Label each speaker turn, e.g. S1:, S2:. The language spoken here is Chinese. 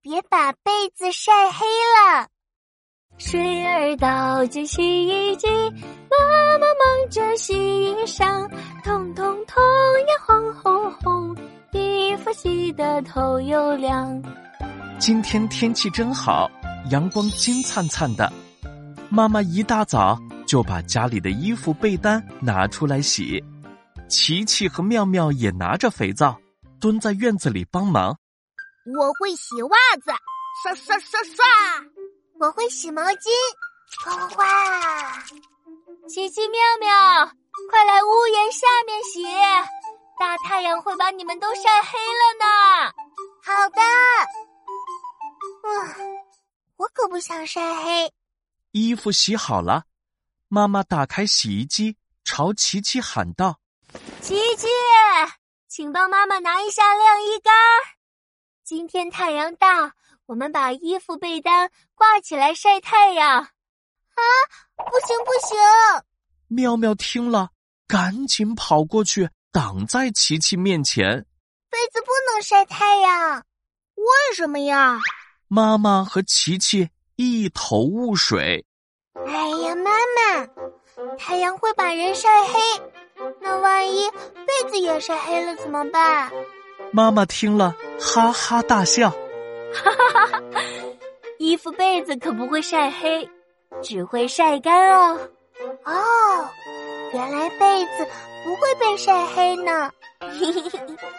S1: 别把被子晒黑了。
S2: 水儿倒进洗衣机，妈妈忙着洗衣裳，通通通呀红红红，衣服洗得头又凉。
S3: 今天天气真好，阳光金灿灿的。妈妈一大早就把家里的衣服被单拿出来洗，琪琪和妙妙也拿着肥皂蹲在院子里帮忙。
S1: 我会洗袜子，刷刷刷刷。
S4: 我会洗毛巾，哗哗哗。
S2: 琪琪、妙妙，快来屋檐下面洗，大太阳会把你们都晒黑了呢。
S4: 好的。啊，我可不想晒黑。
S3: 衣服洗好了，妈妈打开洗衣机，朝琪琪喊道：“
S2: 琪琪，请帮妈妈拿一下晾衣杆。今天太阳大，我们把衣服被单挂起来晒太阳。”
S4: 啊，不行不行！
S3: 妙妙听了，赶紧跑过去挡在琪琪面前。
S4: 被子不能晒太阳，
S1: 为什么呀？
S3: 妈妈和琪琪。一头雾水。
S4: 哎呀，妈妈，太阳会把人晒黑，那万一被子也晒黑了怎么办？
S3: 妈妈听了，哈哈大笑。
S2: 哈哈哈！衣服被子可不会晒黑，只会晒干哦。
S4: 哦，原来被子不会被晒黑呢。嘿嘿嘿。